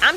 I'm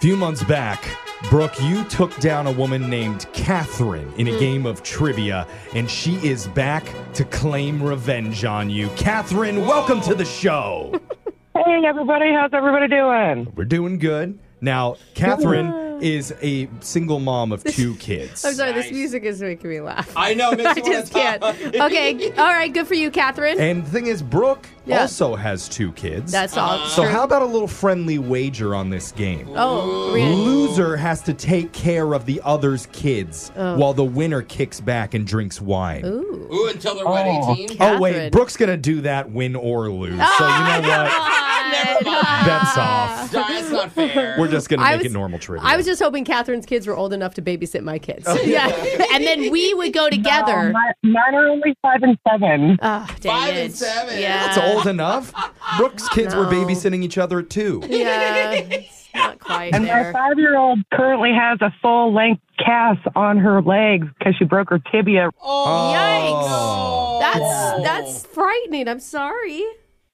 few months back, Brooke, you took down a woman named Catherine Hmm. in a game of trivia, and she is back to claim revenge on you. Catherine, welcome to the show. Hey everybody, how's everybody doing? We're doing good. Now, Catherine is a single mom of two kids. I'm sorry, this music is making me laugh. I know, I just can't. Okay, all right, good for you, Catherine. And the thing is, Brooke Yeah. also has two kids. That's all. so, true. how about a little friendly wager on this game? Oh, really? Loser has to take care of the other's kids while the winner kicks back and drinks wine. Oh. Ooh. Ooh, until they're oh. 18. Oh wait, Catherine. Ah, Brooke's gonna do that win or lose. so you know what? Never That's off. That's not fair. We're just gonna I make it was- normal trivia. Oh. I was just hoping Catherine's kids were old enough to babysit my kids. yeah. and then we would go together. Um, My, mine are only five and seven. oh, dang Five it. and seven. Yeah. That's old enough. Brooke's kids were No. babysitting each other too. Yeah. It's not quite and my there. five year old currently has a full length cast on her legs because she broke her tibia. Oh. That's that's frightening. I'm sorry.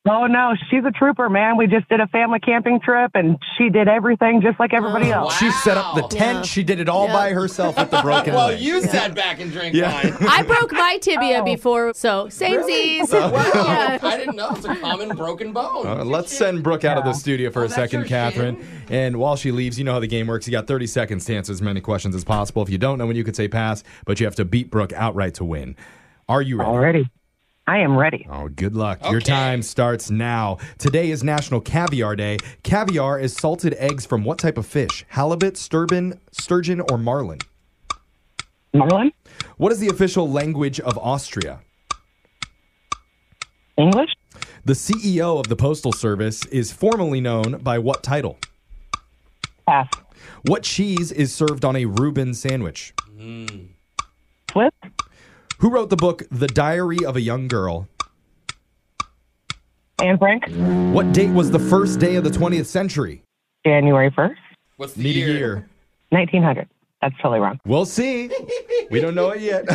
Oh no, she's a trooper, man. We just did a family camping trip and she did everything just like everybody Oh. else. She set up the Wow. tent. Yeah. She did it all Yeah. by herself with the broken well, leg. you sat back and drank Yeah. wine. I broke my Oh. tibia before, so same Wow. Yeah. I didn't know. It's a common broken bone. Uh, let's send Brooke out of the studio for Oh, a that's second, your Catherine. And while she leaves, you know how the game works. You got 30 seconds to answer as many questions as possible. If you don't know when you could say pass, but you have to beat Brooke outright to win. Are you ready? Already. I am ready. Oh, good luck. Your time starts now. Today is National Caviar Day. Caviar is salted eggs from what type of fish? Halibut, sturgeon, sturgeon, or marlin? Marlon? What is the official language of Austria? English? The CEO of the Postal Service is formally known by what title? Pass. What cheese is served on a Reuben sandwich? Swiss? Who wrote the book The Diary of a Young Girl? Anne Frank? What date was the first day of the 20th century? January 1st, What's the Need a year? year. 1900. That's totally wrong. We'll see. We don't know it yet.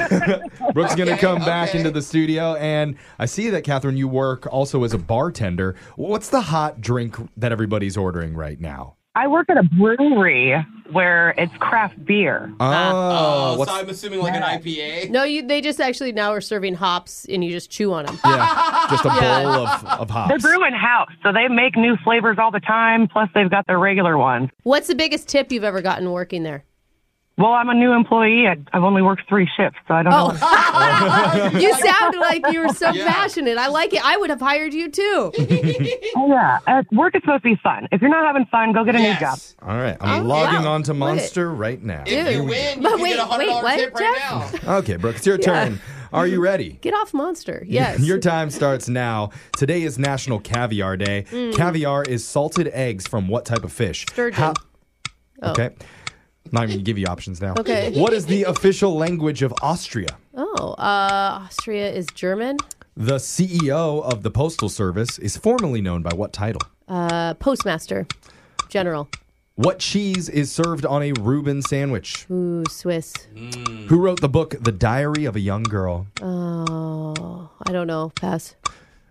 Brooke's going to come back okay. into the studio. And I see that, Catherine, you work also as a bartender. What's the hot drink that everybody's ordering right now? I work at a brewery where it's craft beer. Oh, Oh, what's, so I'm assuming like an IPA. No, you. They just actually now are serving hops, and you just chew on them. yeah, just a bowl of, of They're hops. brewing house, so they make new flavors all the time. Plus, they've got their regular ones. What's the biggest tip you've ever gotten working there? Well, I'm a new employee. I, I've only worked three shifts, so I don't know. Oh. you sound like you were so Yeah. passionate. I like it. I would have hired you too. Oh, yeah, uh, work is supposed to be fun. If you're not having fun, go get a new job. All right, I'm Oh, logging wow. on to What? Monster right now. win, but wait, wait, what? Jeff? Okay, Brooke, it's your Yeah. turn. Are you ready? Get off Monster. Yes. Your time starts now. Today is National Caviar Day. Mm. Caviar is salted eggs from what type of fish? Sturgeon. Oh. Okay. Not even gonna give you options now. Okay. What is the official language of Austria? Oh, uh, Austria is German. The CEO of the Postal Service is formerly known by what title? Uh, postmaster, general. What cheese is served on a Reuben sandwich? Ooh, Swiss. Who wrote the book The Diary of a Young Girl? Oh, I don't know. Pass.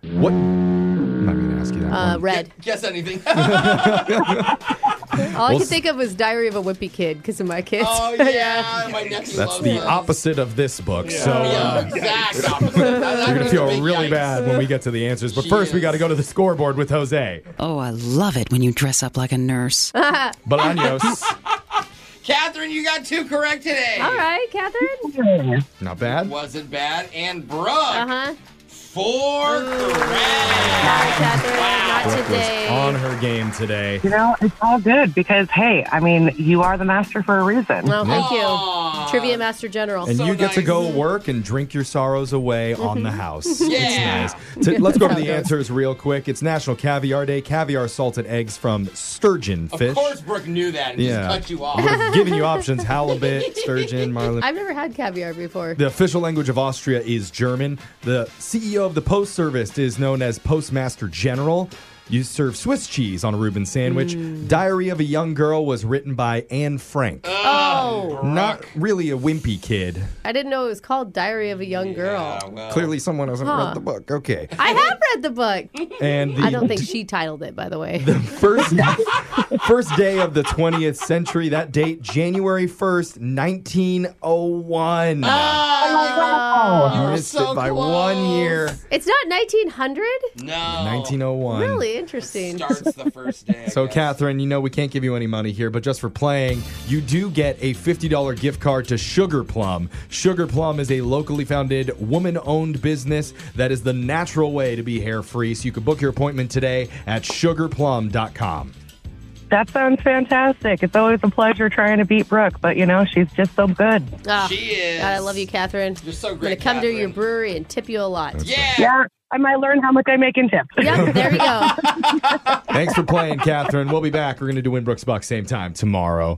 What? I'm not gonna ask you that. Uh, red. Guess anything. All Oh, I Well, could think of was Diary of a Wimpy Kid because of my kids. Oh, yeah, my nephew That's loves the that. opposite of this book. Yeah. So uh, Yeah, exact opposite. That's you're actually gonna a feel big really yikes. bad when we get to the answers. But first, we got to go to the scoreboard with Jose Oh, I love it when you dress up like a nurse. Bolaños. Catherine, you got two correct today. All right, Catherine. Not bad. Wasn't bad. And Brooke. Uh huh. Four correct. Brooke was on her game today. You know, it's all good because, hey, I mean, you are the master for a reason. Oh, thank you. Trivia Master General. And you get to go work and drink your sorrows away on the house. Mm-hmm. Yeah. It's nice. To- let's go That's to how it the goes. answers real quick. It's National Caviar Day. Caviar salted eggs from sturgeon Of fish. course, Brooke knew that and yeah. just cut you off. I would've given you options: halibut, sturgeon, marlin. I've never had caviar before. The official language of Austria is German. The CEO of the Post Service is known as Postmaster General. You serve Swiss cheese on a Reuben sandwich. Mm. Diary of a Young Girl was written by Anne Frank. Oh, Uh, Not really a wimpy kid. I didn't know it was called Diary of a Young Girl. Clearly, someone hasn't Huh. read the book. Okay. I have read the book. And the- I don't think she titled it, by the way. First, first day of the 20th century. That date, January 1st, 1901. Oh, You missed it by one year. It's not 1900? No. 1901. Really interesting. Starts the first day. So, Catherine, you know we can't give you any money here, but just for playing, you do get a $50 gift card to Sugar Plum. Sugar Plum is a locally founded, woman owned business that is the natural way to be hair free. So, you can book your appointment today at sugarplum.com. That sounds fantastic. It's always a pleasure trying to beat Brooke, but, you know, she's just so good. she is. God, I love you, Catherine. You're so great. I'm gonna come to your brewery and tip you a lot. Yeah. Yeah, I might learn how much I make in tips. Yep, there you go. Thanks for playing, Catherine. We'll be back. We're going to do Winbrook's Buck same time tomorrow.